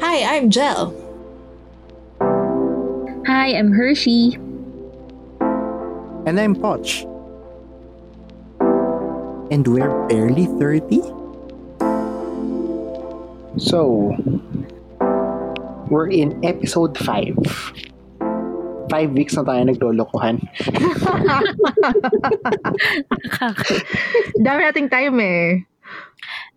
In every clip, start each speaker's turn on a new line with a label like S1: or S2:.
S1: Hi, I'm Jel.
S2: Hi, I'm Hershey.
S3: And I'm Poch. And we're barely 30?
S4: So, we're in episode 5. Five weeks na tayo naglolokohan.
S5: Dami nating time eh.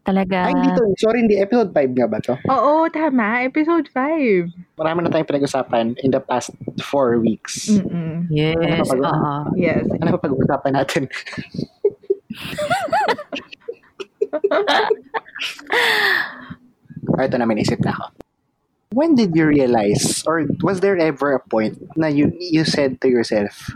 S2: Talaga.
S4: Ay, hindi to. Sorry, hindi. Episode 5 nga ba to?
S5: Oo, tama. Episode 5.
S4: Marami na tayong pinag-usapan in the past 4 weeks.
S5: Mm-mm.
S2: Yes,
S4: Ano ba?
S2: oo.
S5: Yes.
S4: Ano pa pag-uusapan natin? Ah, Ito na, may naisip na ako. When did you realize, or was there ever a point na you, you said to yourself,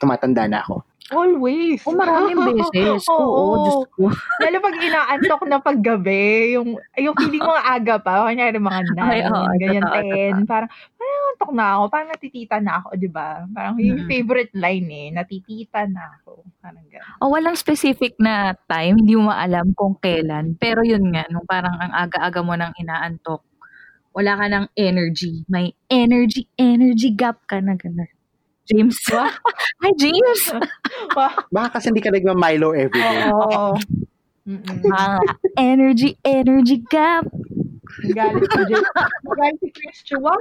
S4: tumatanda na ako?
S5: Always.
S2: Oh, maraming beses. ah, Oo,
S5: Oo.
S2: Diyos ko.
S5: Lalo pag inaantok na paggabi, yung, yung feeling mo aga pa, kanyari mga 9,
S2: Ay, oo,
S5: ganyan,
S2: totoo,
S5: 10, parang, parang antok na ako, parang natitita na ako, di ba? Parang yun yung
S2: Mm.
S5: favorite line eh, natitita na ako. Parang ganyan.
S2: Oh, walang specific na time, hindi mo maalam kung kailan. Pero yun nga, nung parang ang aga-aga mo nang inaantok, wala ka ng energy. May energy, energy gap ka na gano'n. James. Hi, James.
S4: Baka kasi hindi ka nagma-Milo every day.
S5: Oo. Mm-mm.
S2: Mga energy, energy gap.
S5: Galit si Jake. Galit si Chris Chua.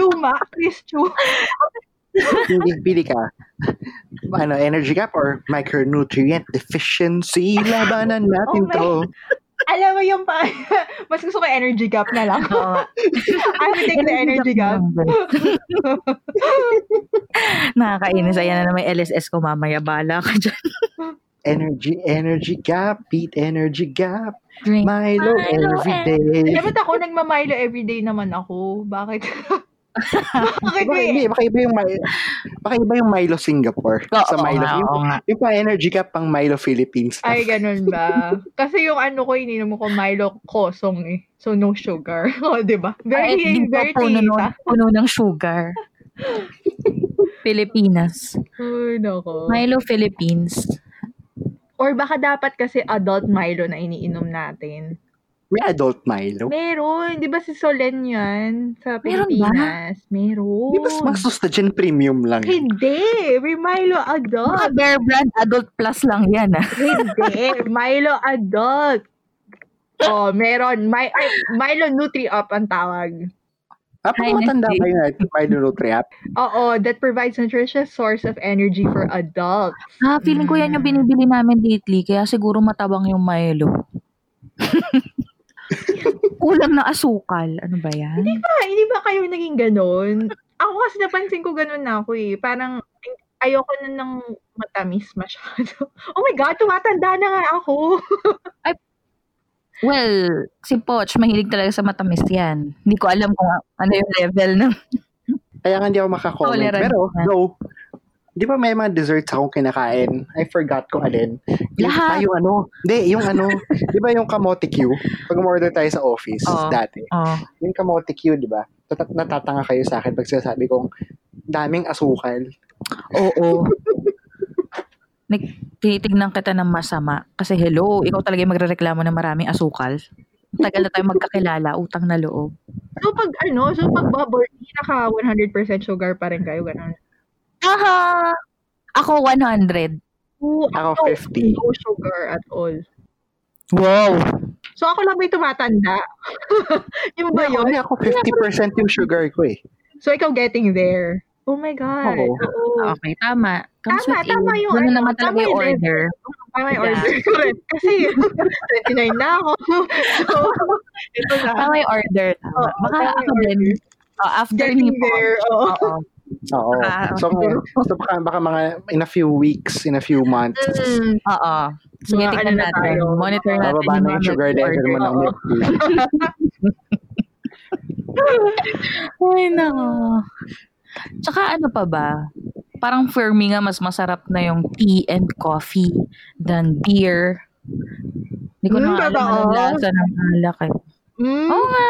S5: Luma, Chris Chua.
S4: Hindi, pili ka. Ano, energy gap or micronutrient deficiency? Labanan natin
S5: Oh my-
S4: to.
S5: Alam mo yung pa, mas gusto ko energy gap na lang.
S2: Oo nga.
S5: I would take the energy gap.
S2: Nakakainis. Ayan na naman yung LSS ko mamaya. Bala ka dyan.
S4: Energy, energy gap, beat energy gap,
S2: Drink.
S4: Milo,
S2: Milo
S4: every day.
S5: Dapat ako, nagmamilo everyday naman ako. Bakit? Bakit
S4: Baka, hindi,
S5: may...
S4: baka iba yung Milo, baka iba yung Milo Singapore
S2: Oo
S4: sa Milo.
S2: nga, oo
S4: yung,
S2: nga.
S4: yung pa energy gap pang Milo Philippines.
S5: Ay, ganun ba? Kasi yung ano ko, ininom ko Milo Kosong eh. So, no sugar. O, di ba?
S2: Ay,
S5: Very,
S2: hindi
S5: very
S2: pa puno, nun-
S5: tita.
S2: puno ng sugar. Pilipinas.
S5: Uy, nako.
S2: Milo Philippines.
S5: Or baka dapat kasi adult Milo na iniinom natin.
S4: May adult Milo.
S5: Meron. Di ba si Solen yan? Sa
S2: Meron ba?
S5: Pilipinas. Meron.
S4: Di ba mas gusto dyan premium lang? yun?
S5: Hindi. May Milo
S2: Mga
S5: adult.
S2: Bear Brand Adult Plus lang yan ah.
S5: Hindi. Milo adult. Oh, meron. My, ay, Milo Nutri-Up ang tawag.
S4: Ah,
S2: Ay,
S4: pang matanda
S2: hindi.
S4: ba yun? at Milo Nutriap?
S5: Oo, that provides nutritious source of energy for adults.
S2: Ah, feeling ko yan yung binibili namin lately. Kaya siguro matabang yung Milo. Ulam na asukal. Ano ba yan?
S5: Ah, hindi ba kayo naging ganun? Ako kasi napansin ko ganun na ako eh. Parang ayoko na ng matamis masyado. Oh my God, tumatanda na nga ako.
S2: Well, si Poch, mahilig talaga sa matamis yan. Hindi ko alam kung ano yung level ng...
S4: Kaya nga hindi ako makakomment.
S2: Tolerant
S4: Pero,
S2: ka.
S4: no. Di ba may mga desserts akong kinakain? I forgot kung alin. Yung,
S2: Lahat.
S4: ah, yung ano. Hindi, yung ano. di ba yung kamote Q? Pag umorder tayo sa office
S2: Oo.
S4: dati.
S2: Oh.
S4: Yung kamote Q, di ba? Tat- Natatanga kayo sa akin pag sinasabi kong daming asukal.
S2: Oo. Nag- tinitignan kita ng masama. Kasi hello, ikaw talaga yung magrereklamo ng maraming asukal. Tagal na tayo magkakilala, utang na loob.
S5: So pag ano, so pag bubble tea, naka 100% sugar pa rin kayo, ganun.
S2: Aha! Ako 100.
S5: Oo,
S4: Ako 50.
S5: No sugar at all.
S2: Wow!
S5: So ako lang may tumatanda. yung ba
S4: Hindi ako,
S5: yun?
S4: hindi ako 50% yung sugar ko eh.
S5: So ikaw getting there. Ah, Oh my God.
S4: Oo.
S5: Oo.
S2: Okay, tama. Comes
S5: Tama,
S2: with age.
S5: tama yung
S2: Ganun
S5: ano,
S2: naman talaga yung
S5: tama yung
S2: order.
S5: Tama yung
S2: Yeah.
S5: order. Correct. Kasi 29 na ako. So, ito na.
S2: Tama yung order. Tama.
S5: Oo,
S2: Baka
S5: tama yung
S2: ako din. Oh, after ni
S5: Getting
S2: po.
S5: there. Oo.
S2: Oo.
S4: Oo.
S2: Ah,
S4: so,
S2: siguro.
S4: so baka, baka mga in a few weeks, in a few months,
S5: Mm.
S2: Oo. Sige,
S5: Mga
S2: tingnan
S5: ano na
S2: natin.
S5: tayo.
S2: Monitor natin.
S4: bababa
S2: yung
S4: na yung
S2: mga
S4: sugar level
S2: order.
S4: mo ng
S5: Oo.
S4: milk tea.
S2: Ay, nako. Ano Tsaka ano pa ba? Parang for me nga, mas masarap na yung tea and coffee than beer. Hindi ko
S5: Hmm,
S2: na alam
S5: totoo.
S2: ang lasa ng alak eh.
S5: Mm.
S2: Oo nga.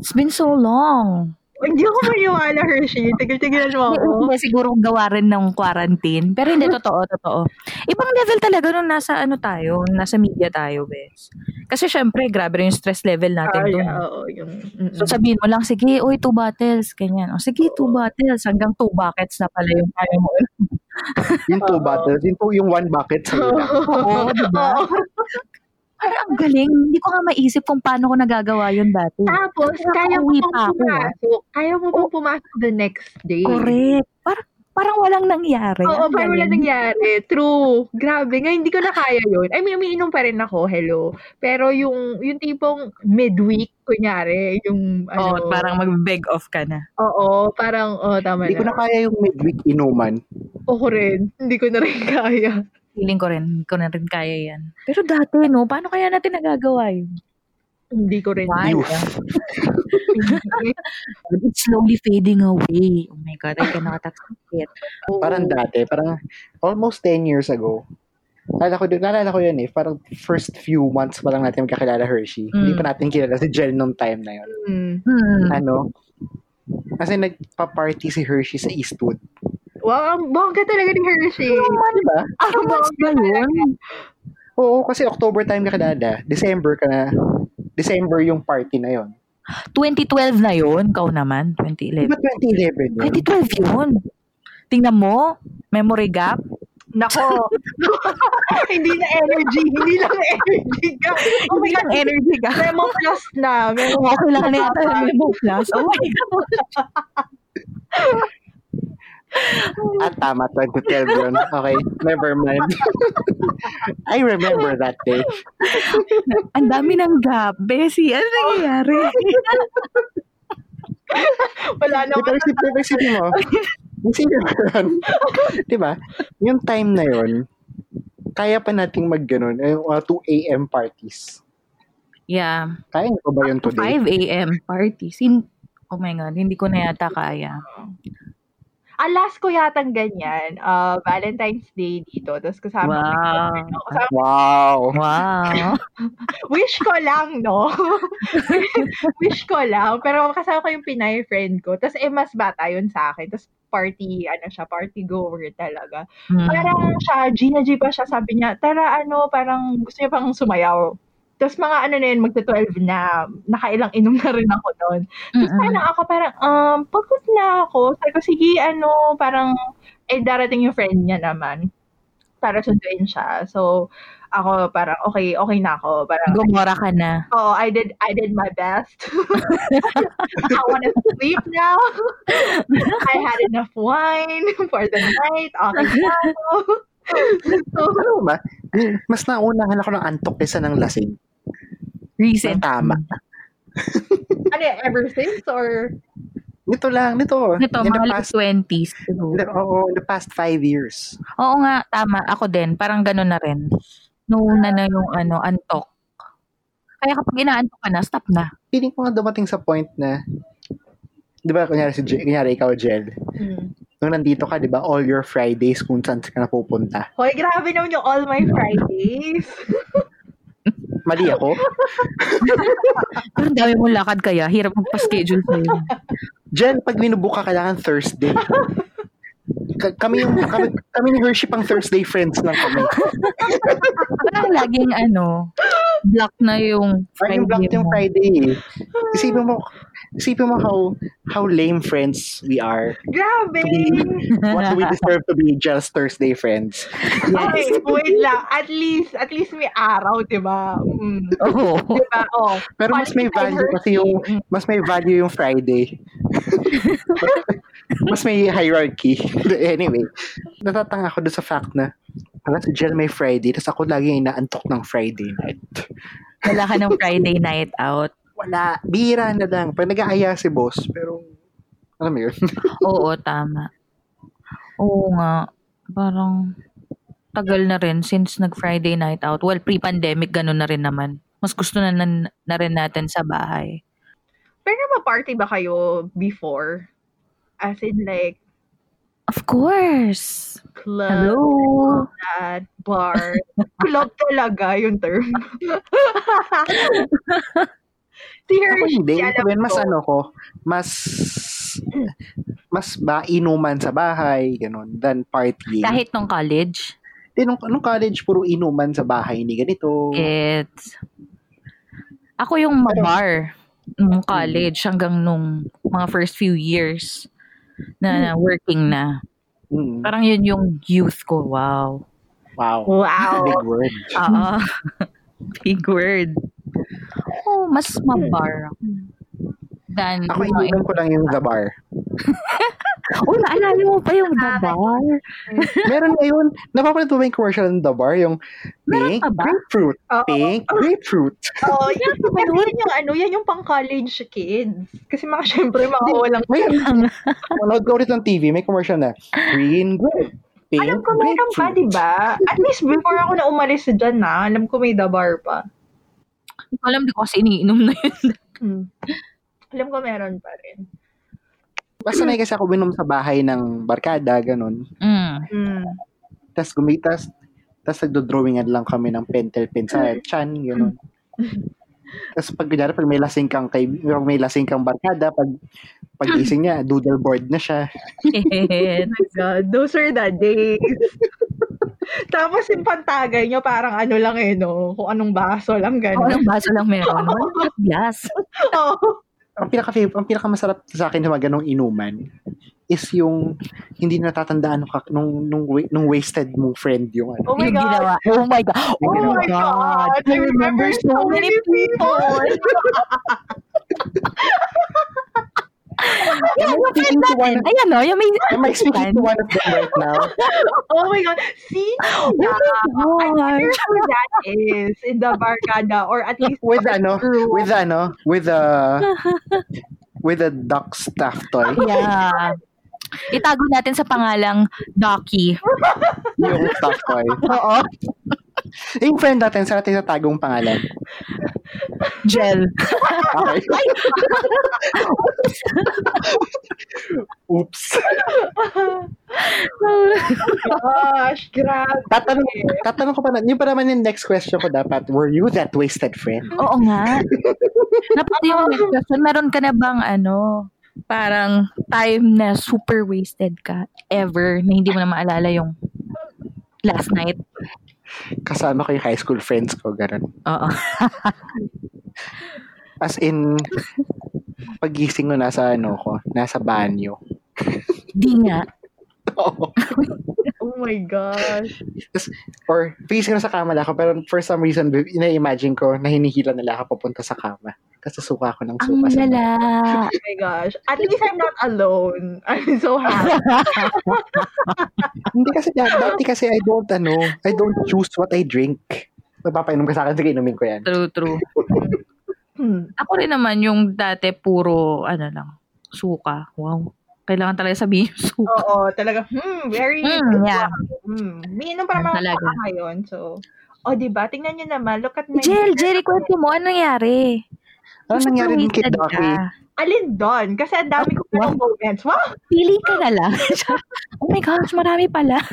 S2: It's been so long.
S5: Hindi ako maniwala, Hershey. Tigil-tigilan mo ako.
S2: Hindi, siguro gawa rin ng quarantine. Pero hindi, totoo, totoo. Ibang level talaga nung nasa ano tayo, nasa media tayo, bes. Kasi syempre, grabe rin yung stress level natin
S5: Ay,
S2: doon.
S5: Ah, oo, yung, mm-mm.
S2: So sabihin mo lang, sige, oy, two bottles, ganyan. O sige, two bottles, hanggang two buckets na pala yung kaya mo.
S4: Yung two
S5: Oo.
S4: bottles, yung, two, yung one bucket sa'yo lang.
S2: Oo, di ba?
S5: Oo.
S2: Parang ang galing. Hindi ko nga maisip kung paano ko nagagawa yun dati.
S5: Tapos, kaya mo Oh.
S2: Nakauwi
S5: pong
S2: pa ako, ah.
S5: pumasok. Kaya mo pong pumasok the next day.
S2: Correct. Parang, parang walang nangyari.
S5: Oo,
S2: Ang
S5: parang wala
S2: galing.
S5: nangyari. True. Grabe. Ngayon, hindi ko na kaya yun. I mean, umiinom pa rin ako, hello. Pero yung, yung tipong midweek, kunyari, yung,
S2: Oo,
S5: ano,
S2: parang mag-beg off ka na.
S5: oo, parang, oo, tama
S4: Hindi ko na kaya yung midweek inuman.
S5: Ako rin. Hindi ko na rin kaya.
S2: Feeling ko rin, hindi ko na rin kaya yan. Pero dati, no, paano kaya natin nagagawa yun?
S5: Hindi ko rin.
S2: Why?
S4: Youth.
S2: It's slowly fading away. Oh my God, I cannot accept it.
S5: Oo.
S4: Parang dati, parang almost 10 years ago. Nalala ko, nalala ko yun eh, parang first few months pa lang natin magkakilala Hershey.
S2: Mm.
S4: Hindi pa natin kilala si Jen nung time na yun.
S5: Mm.
S2: Hmm.
S4: Ano? Kasi nagpa-party si Hershey sa Eastwood.
S5: Wow, ang bongga talaga ni Hershey.
S4: Di ba?
S2: Aromas Ano, ba yun?
S4: Oo, kasi October time kakilala. December ka na. December yung party na yun.
S2: 2012 na yun, kau naman,
S4: Di
S2: 2011.
S4: ba 2011 yun?
S2: 2012 yun. Tingnan mo, memory gap.
S5: Nako. hindi na energy. Hindi lang energy. ka. Oh my God.
S2: energy ka.
S5: Memo plus na. Memo
S2: Okay lang Oh, na yata yung memo plus. Oh my God.
S4: At Ah, tama, 2012 yun. Okay, never mind. I remember that day.
S2: Ang dami ng gap. Besi, ano nangyayari?
S5: Wala na.
S4: Di ba isip, di ba isipin mo? Isipin mo yun. di ba? Yung time na yun, kaya pa nating mag ganun, eh, mga 2 a.m. parties.
S2: Yeah.
S4: Kaya nyo ba yun
S2: To
S4: today?
S2: 5 a.m. parties. Hin- oh my God, hindi ko na yata kaya.
S5: Ang last ko yatang ganyan. Uh, Valentine's Day dito. Tapos kasama
S2: Wow.
S5: Kasama,
S4: Wow.
S2: Wow.
S5: wish ko lang, no? wish ko lang. Pero kasama ko yung Pinay friend ko. Tapos eh, mas bata yun sa akin. Tapos party, ano siya, party goer talaga.
S2: Hmm.
S5: parang siya, Gina G pa siya, sabi niya, tara ano, parang gusto niya pang sumayaw. Tapos mga ano na yun, magta-12 na, nakailang inom na rin ako doon. Tapos
S2: Mm-mm.
S5: parang ako parang, um, pagod na ako. Sabi ko, sige, ano, parang, eh, darating yung friend niya naman para sunduin siya. So, ako parang, okay, okay na ako. Parang,
S2: Gumora ka na.
S5: oh, I did, I did my best. I want to sleep now. I had enough wine for the night. Okay na ako. so,
S4: Ano ba? Mas naunahan ako ng antok kaysa ng lasing.
S2: Recent.
S4: Ang tama.
S5: ano yun, ever since or
S4: Nito lang, nito.
S2: Ito,
S4: in the
S2: mga
S4: past,
S2: late 20s.
S4: in the, oo, in the past five years.
S2: Oo nga, tama. Ako din. Parang gano'n na rin. Nuuna na yung ano, antok. Kaya kapag inaantok ka na, stop na.
S4: Feeling ko nga dumating sa point na, di ba, kunyari, si, Je- kunyari ikaw, Jel,
S5: Hmm.
S4: nung nandito ka, di ba, all your Fridays kung saan ka napupunta.
S5: Hoy, grabe naman yung all my Fridays.
S4: Mali ako?
S2: Pero ang dami mong lakad kaya, hirap magpa-schedule sa'yo.
S4: Jen, pag minubuka, kailangan Thursday. Ka- kami yung kami, kami ni Hershey pang Thursday friends lang kami.
S2: Parang laging ano, block na yung
S4: Friday
S2: Friday
S4: yung blocked yung
S2: mo.
S4: Friday. eh. Isipin mo, isipin mo how how lame friends we are.
S5: Grabe.
S4: What do we deserve to be just Thursday friends?
S5: Okay, wait lang. At least, at least may araw, di ba? Mm.
S2: Oo.
S5: Di ba? Oh.
S4: Pero mas may
S5: Quality time,
S4: value kasi yung mas may value yung Friday. mas may hierarchy. anyway, natatanga ako doon sa fact na parang si Jen may Friday, tapos ako lagi inaantok ng Friday night.
S2: Wala ka ng Friday night out.
S4: wala, bira na lang. Pag nag-aaya si boss, pero, alam mo yun?
S2: Oo, tama. Oo nga. Parang tagal na rin since nag-Friday night out. Well, pre-pandemic, ganun na rin naman. Mas gusto na, na, na rin natin sa bahay.
S5: Pero ma-party ba kayo before? As in like,
S2: Of course!
S5: club,
S2: Hello!
S5: at bar. club talaga yung term. si
S4: Ako
S5: Hershey,
S4: hindi.
S5: alam
S4: Sabihin, mas
S5: ko.
S4: ano ko, mas, mas ba inuman sa bahay, ganun, than partying.
S2: Kahit nung college,
S4: Di, nung, nung college, puro inuman sa bahay, ni ganito.
S2: it's Ako yung mabar nung
S4: Mm.
S2: college hanggang nung mga first few years na
S4: Hmm.
S2: working na.
S4: Mm.
S2: Parang yun yung youth ko. Wow.
S4: Wow.
S5: Wow.
S4: Big word.
S2: Oo. Um,
S4: Hmm.
S2: Big word. Oh, mas mabar ako. Than,
S4: Ako,
S2: mga
S4: ininom ko lang yung gabar.
S2: Oh, naalala mo pa yung The Bar?
S4: Meron ngayon, napapanood mo ba yung commercial ng The Bar? Yung pink
S2: pa ba?
S4: grapefruit,
S5: Oo.
S4: pink grapefruit.
S5: Oo, yan, kasi yan yung ano, yan yung pang-college kids. Kasi mga syempre, mga walang...
S4: May, ano, manood ka ulit ng TV, may commercial na green grape, pink
S5: Alam ko meron pa, diba?
S4: grapefruit.
S5: di ba? At least before ako na umalis dyan na, alam ko may dabar pa.
S2: Hindi ko alam, di ko kasi iniinom na yun.
S5: Hmm. Alam ko meron pa rin.
S4: Basta na kasi ako binom sa bahay ng barkada, ganun.
S2: Mm.
S5: Hmm.
S4: Tapos gumitas, tapos nagdodrawingan lang kami ng pentel pen sa chan, ganun. Tapos pag kunyari, pag may lasing kang, kay, pag may lasing kang barkada, pag pagising niya, doodle board na siya.
S5: Oh my God, those are the days. Tapos yung pantagay nyo, parang ano lang eh, no? Kung anong baso lang,
S2: Ako
S4: Ano?
S5: gano'n.
S2: ng baso lang meron. Walang shot glass.
S5: Oo.
S4: ang pinaka ang pinakamasarap sa akin sa mga ganong inuman is yung hindi natatandaan nung kak- nung nung, wa- nung wasted mong friend yung ano.
S5: Oh
S2: Yung
S5: my God.
S2: ginawa. Oh my God.
S4: Yung
S5: Oh
S4: ginawa.
S5: my God.
S2: I remember so many people. yeah, yung friend natin. Ayan o, yung may...
S4: Am I speaking to one of them right now?
S5: Oh my God. See? Yeah. I'm
S2: Oh God.
S5: sure who that is in the barkada or at least
S4: With ano, with ano, with a with a duck staff toy.
S2: Yeah. Itago natin sa pangalang Doki.
S4: Yung staff toy.
S2: Oo.
S4: Yung friend natin, sa natin sa tagong pangalan.
S2: Gel.
S4: Okay. Oops.
S5: gosh, grabe.
S4: Tatanong, tatanong ko pa na, yun pa naman yung next question ko dapat, were you that wasted friend?
S2: Oo nga. Napati yung next question, meron ka na bang ano, parang time na super wasted ka ever na hindi mo na maalala yung last night?
S4: Kasama ko yung high school friends ko, ganun.
S2: Oo.
S4: As in, pagising ko nasa ano ko, nasa banyo.
S2: Di nga.
S4: Oo.
S5: Oh my gosh.
S4: Or pagising ko na sa kama na ako, pero for some reason, ina-imagine ko na hinihila nila ako papunta sa kama. Kasi suka ko ng
S2: Ang
S4: suka. sa-
S2: lala.
S5: Oh my gosh. At least I'm not alone. I'm so happy.
S4: Hindi kasi, da- dati kasi I don't ano, I don't choose what I drink. Napapainom ka sa akin, sige, inumin ko yan.
S2: True, true.
S5: Hmm.
S2: Ako rin naman yung dati puro, ano lang, suka. Wow. Kailangan talaga sabihin yung suka.
S5: Oo, talaga. Hmm, very
S2: Mm, yeah.
S5: Hmm. May inom para
S2: Yan
S5: mga
S2: talaga.
S5: talaga. ngayon. So, o, oh, diba? Tingnan nyo naman. Look at my...
S2: Jel, Jerry, kwento mo, ano nangyari?
S4: Ano
S2: Super
S4: nangyari din kay eh.
S2: wasted
S4: Ducky?
S2: ka.
S5: Alin doon? Kasi ang dami ko
S2: Wow.
S5: wow. moments. Wow!
S2: Pili ka na lang. oh my gosh, marami pala.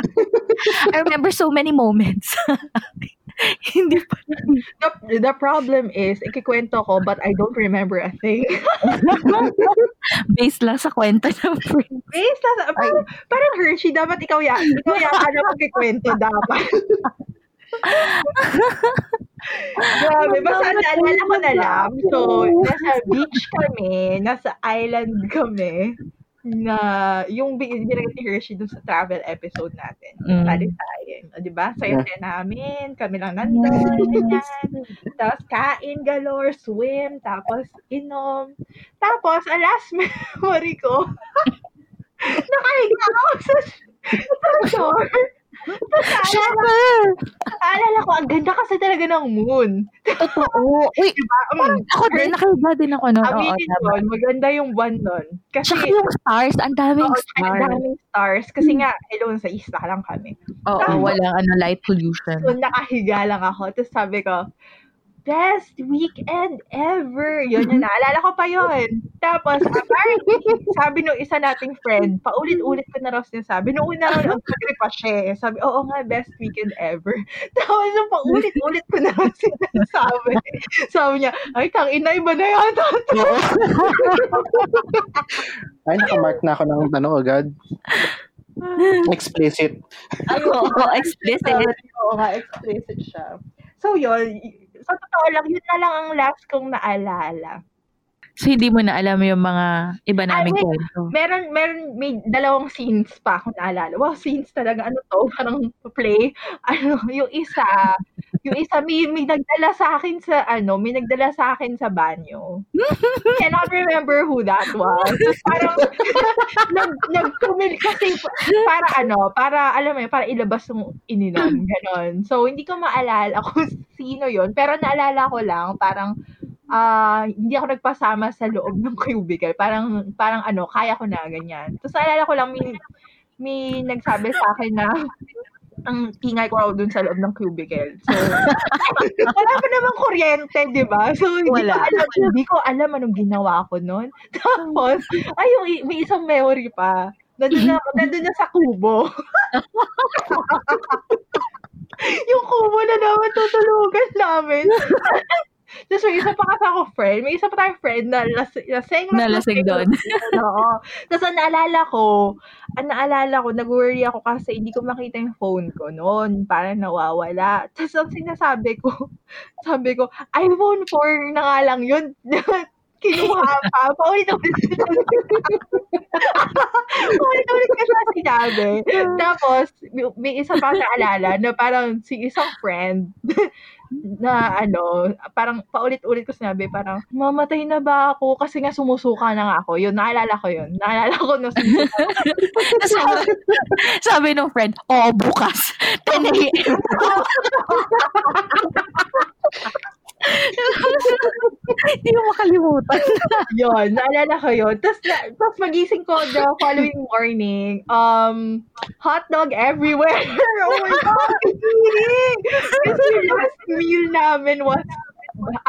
S2: I remember so many moments. Hindi pa.
S5: The, the problem is, ikikwento ko, but I don't remember a thing.
S2: Based lang sa kwento ng friend.
S5: Based na, parang, parang Hershey, dapat ikaw yan. Ikaw yan, ano magkikwento dapat. Grabe, basta ang naalala ko na lang. So, nasa beach kami, nasa island kami, na yung bi- binagay ni Hershey dun sa travel episode natin.
S2: Mm.
S5: Talisayin. O, di ba? Saya
S4: Yeah.
S5: namin, kami lang nandun, ganyan. Tapos kain galore, swim, tapos inom. Tapos, ang last memory ko, nakahiga ako sa, sa shore. Tapos, alala,
S2: Shocker!
S5: alala ko, ang ganda kasi talaga ng moon.
S2: Totoo. Uy,
S5: Diba? Um,
S2: ako din, nakahiga din ako noon. Ah, mm. Oo,
S5: aminin
S2: tama.
S5: yun, maganda yung buwan nun. Kasi,
S2: Tsaka yung Mm. stars, ang daming
S5: Oo, tsaka ang
S2: stars.
S5: daming stars. Kasi nga, alone sa isla lang kami.
S2: Oo,
S5: Tama.
S2: walang ano, light pollution.
S5: So, nakahiga lang ako. Tapos sabi ko, best weekend ever. Yun yun, naalala ko pa yun. Tapos, apparently, sabi nung isa nating friend, paulit-ulit ko na raw sinasabi. Nung una raw, ang siya. Sabi, oo nga, best weekend ever. Tapos, nung paulit-ulit ko na raw sinasabi. Sabi niya, ay, tang ina, iba na yun.
S4: Ay, nakamark na ako ng ano agad. Explicit.
S5: Ay,
S2: Oo, explicit.
S5: Oo nga, explicit siya. So, yun, sa totoo lang, yun na lang ang last kong naalala.
S2: So, hindi mo na alam yung mga iba naming
S5: wait.
S2: kwento.
S5: Meron, meron, may dalawang scenes pa akong naalala. Wow, scenes talaga. Ano to? Parang play. Ano, yung isa, yung isa may, may nagdala sa akin sa, ano, may nagdala sa akin sa banyo. Cannot remember who that was. Tapos parang, nag, nag kasi, para ano, para, alam mo yun, para ilabas yung ininom, ganon. So, hindi ko maalala kung sino yon Pero naalala ko lang, parang, ah, hindi ako nagpasama sa loob ng cubicle. Parang, parang ano, kaya ko na, ganyan. Tapos naalala ko lang, may, may nagsabi sa akin na, ang tingay ko raw dun sa loob ng cubicle. So, wala pa naman kuryente, di ba? So, hindi
S2: Wala.
S5: ko alam, hindi ko alam anong ginawa ko nun. Tapos, ay, yung, i- may isang memory pa. Nandun na, nandun na sa kubo. yung kubo na naman tutulugan namin. Tapos may isa pa kasi ako friend. May isa pa tayong friend na las- laseng.
S2: Nalasing doon.
S5: Oo. Tapos ang naalala ko, ang naalala ko, nag-worry ako kasi hindi ko makita yung phone ko noon. Parang nawawala. Tapos ang sinasabi ko, sabi ko, iPhone 4 na nga lang yun. Kinuha pa. Paulit-ulit. Paulit-ulit kasi ang sinabi. Tapos, may- may isa pa akong naalala na parang si isang friend na ano, parang paulit-ulit ko sinabi, parang, mamatay na ba ako? Kasi nga sumusuka na nga ako. Yun, naalala ko yun. Naalala ko na sumusuka.
S2: sabi, sabi nung friend, oo, bukas. 10 a.m. Hindi ko makalimutan.
S5: yun, naalala ko yun. Tapos, na, tapos magising ko the following morning, um, hot dog everywhere. oh my God, kidding! Kasi yung last meal namin was,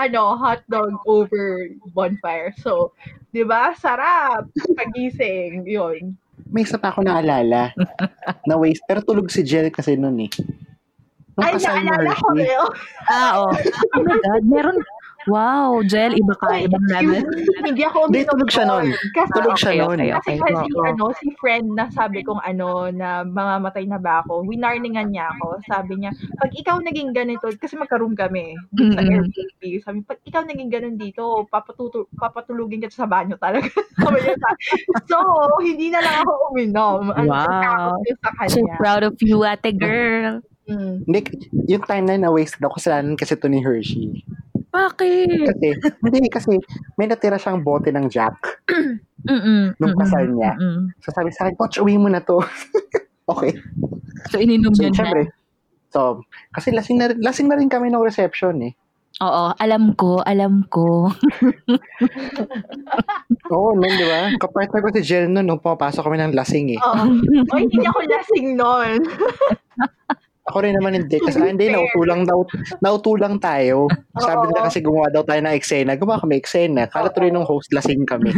S5: ano, hot dog over bonfire. So, di ba? Sarap. Pagising. Yun.
S4: May isa pa ako naalala na waste. Pero tulog si Jel kasi noon eh. Nung
S5: Ay,
S4: kasal ni
S5: naalala ko eh.
S4: Hershey.
S5: yun.
S2: Ah, oo. Oh my God, meron. Wow, Jel, iba ka,
S5: Ay,
S2: ibang level.
S5: excuse me, Hindi ako
S4: Hindi,
S5: uminom
S4: tulog siya
S5: noon.
S4: noon.
S5: Kasi,
S4: Tulog siya
S2: Okay,
S4: noon.
S2: okay,
S5: kasi,
S2: okay.
S5: kasi
S2: Oo.
S5: ano, si friend na sabi kong ano, na mamamatay na ba ako, winarningan niya ako. Sabi niya, pag ikaw naging ganito, kasi magkaroon kami dun sa
S2: Mm-mm.
S5: Airbnb, sabi, pag ikaw naging ganun dito, papatutu- papatulugin kita sa banyo talaga. sabi niya sa So, hindi na lang ako uminom. Ang
S2: Wow.
S5: takot ko sa
S2: So
S5: kanya.
S2: proud of you, ate girl.
S5: Mm.
S4: Hindi, yung time na yun, na-waste daw kasalanan kasi to ni Hershey.
S2: Bakit?
S4: Kasi, hindi kasi may natira siyang bote ng Jack
S2: Mm-mm.
S4: nung
S5: Mm-hmm.
S2: mm-mm,
S4: kasal niya.
S2: mm-mm.
S4: So sabi sa akin, Poch, uwi mo na to. okay.
S2: So ininom
S4: So,
S2: yun na.
S4: syempre, so, kasi lasing na, rin- lasing na rin kami ng reception eh.
S2: Oo, alam ko, alam ko.
S4: Oo, nun, di ba? Kapartner ko si Jel nun nung pumapasok kami ng lasing eh.
S5: Oo. Oy, hindi ako lasing noon.
S4: Ako rin naman hindi. Kasi
S5: To be
S4: ah, hindi,
S5: fair.
S4: nautulang, daw, nautulang tayo. Sabi nila kasi gumawa daw tayo ng eksena. Gumawa kami eksena. Kala
S5: Oo.
S4: tuloy nung host, lasing kami.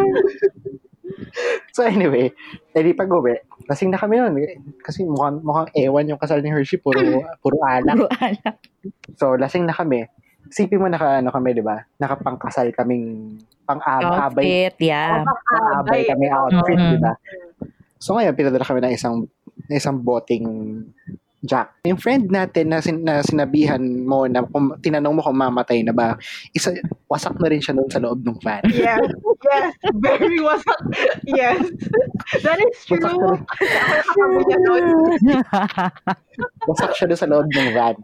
S4: so anyway, edi pag uwi, lasing na kami nun. Kasi mukhang, mukhang ewan yung kasal ni Hershey. Puro, puro alak.
S2: Puro alam.
S4: So lasing na kami. Sipin mo naka ano kami, di ba? Nakapangkasal kaming pang-abay
S2: Outfit, yeah.
S4: Abay kami outfit,
S2: Mm.
S4: di ba? So ngayon, pinadala kami ng isang ng isang boting jack. Yung friend natin na, sin, na sinabihan mo na kung, tinanong mo kung mamatay na ba, isa, wasak na rin siya doon sa loob ng van.
S5: Yes, yes, very wasak. Yes, that is true.
S4: Wasak na, rin-
S5: Ako nakakamot na nun.
S4: wasak siya doon sa loob ng van.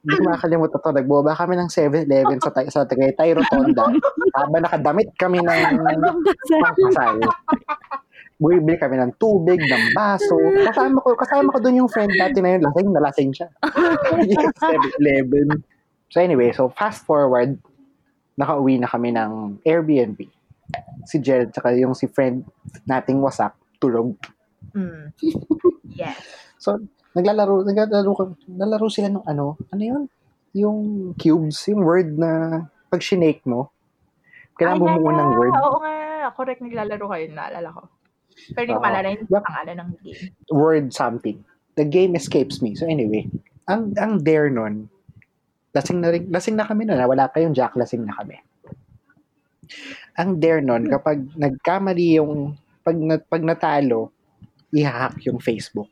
S4: Hindi ko makakalimutan to. Nagboba kami ng 7-Eleven sa, Tay- sa Tagaytay Rotonda. Habang nakadamit kami ng pangkasal. Bumibili kami ng tubig, ng baso. Kasama ko, kasama ko doon yung friend natin na yun. Lasing na lasing siya. 7-Eleven. So anyway, so fast forward, nakauwi na kami ng Airbnb. Si Jel, tsaka yung si friend nating wasak, tulog.
S5: Mm. Yes.
S4: So, naglalaro, naglalaro, ka- nalaro sila ng ano, ano yun? Yung cubes, yung word na pag shinake mo, kailangan
S5: Ay,
S4: bumuo
S5: lala.
S4: ng word.
S5: Oo nga, correct, naglalaro kayo, naalala ko. Pero hindi ko
S4: Oo.
S5: maalala yung
S4: Yep.
S5: pangalan ng game.
S4: word something. The game escapes me. So anyway, ang ang dare nun, lasing na, rin, lasing na kami nun. ah. Wala pa yung Jack, lasing na kami. Ang dare nun, kapag nagkamali yung, pag, na, pag natalo, ihahak yung Facebook.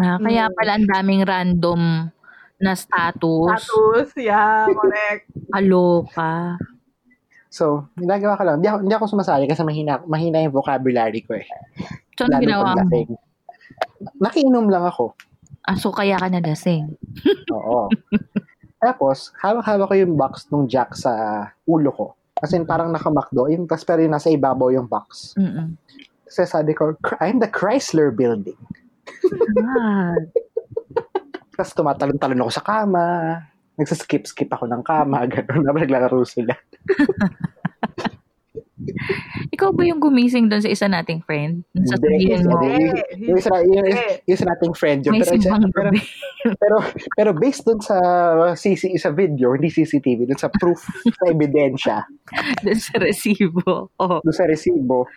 S2: Ah, kaya
S5: Mm.
S2: pala ang daming random na status.
S5: Status, yeah, correct.
S2: Kaloka.
S4: So, ginagawa ko lang. Hindi ako, hindi ako sumasali kasi mahina, mahina yung vocabulary ko eh.
S2: So, ano
S4: Lalo
S2: ginawa
S4: pag
S2: mo?
S4: lasing. Nakiinom lang ako.
S2: Ah, so kaya ka nadasing.
S4: Oo. Tapos, hawak-hawak ko yung box nung jack sa ulo ko. Kasi parang nakamakdo, yung, tapos pero yung nasa ibabaw yung box.
S2: Mm-mm.
S4: Kasi sabi ko, "Chr- I'm the Chrysler building.
S2: Ah,
S4: Tapos tumatalon-talon ako sa kama. Nagsaskip-skip ako ng kama. Ganun na naglaro sila.
S2: ikaw ba yung gumising doon sa isa nating friend? Yung Sa sabihin mo,
S4: Hindi,
S5: Eh,
S4: Yung isa, yung, yung,
S5: eh,
S4: yung isa nating friend yun.
S2: may
S4: Pero, isa-
S2: simbang
S4: pero,
S2: gabi.
S4: pero, pero based dun sa CC, sa video, hindi CCTV, dun sa proof, sa ebidensya,
S2: doon sa resibo. Oh.
S4: doon sa resibo,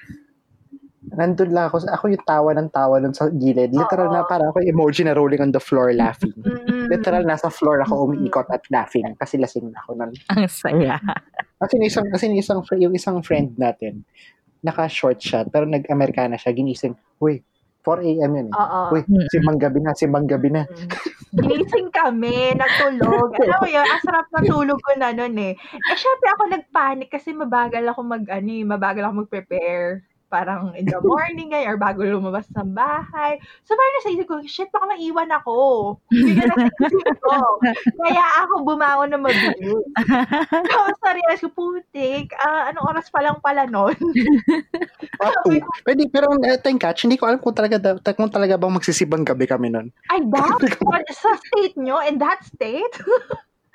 S4: nandun lang ako. Ako yung tawa ng tawa dun sa gilid. Literal
S5: Oo.
S4: na parang ako yung emoji na rolling on the floor laughing.
S5: mm,
S4: Literal, nasa floor ako umiikot at laughing kasi lasing na ako. Nun.
S2: Ang saya.
S4: Kasi yung isang, kasi yung isang, fr- yung isang friend natin, naka-short siya, pero nag-Amerikana siya, ginising, uy, 4 a.m. yun eh.
S5: Oo.
S4: Uy, si Manggabi na, si Manggabi na.
S5: Mm. Ginising kami, natulog. Alam mo yun, ang sarap ng tulog ko na nun eh. Eh, syempre ako nagpanik kasi mabagal ako mag, ano, eh, mabagal ako mag-prepare. Parang in the morning ay, or bago lumabas ng bahay. So, parang nasa isip ko, shit, baka maiwan ako. Bigyan na sa isip ko. Kaya ako bumangon na mabilis. Tapos, na-realize ko, putik, ah, anong oras pa lang pala nun?
S4: Ah, two. Pwede, pero uh, time catch, hindi ko alam kung talaga, da- kung talaga bang magsisibang gabi kami nun.
S5: I doubt for- sa state nyo, in that state.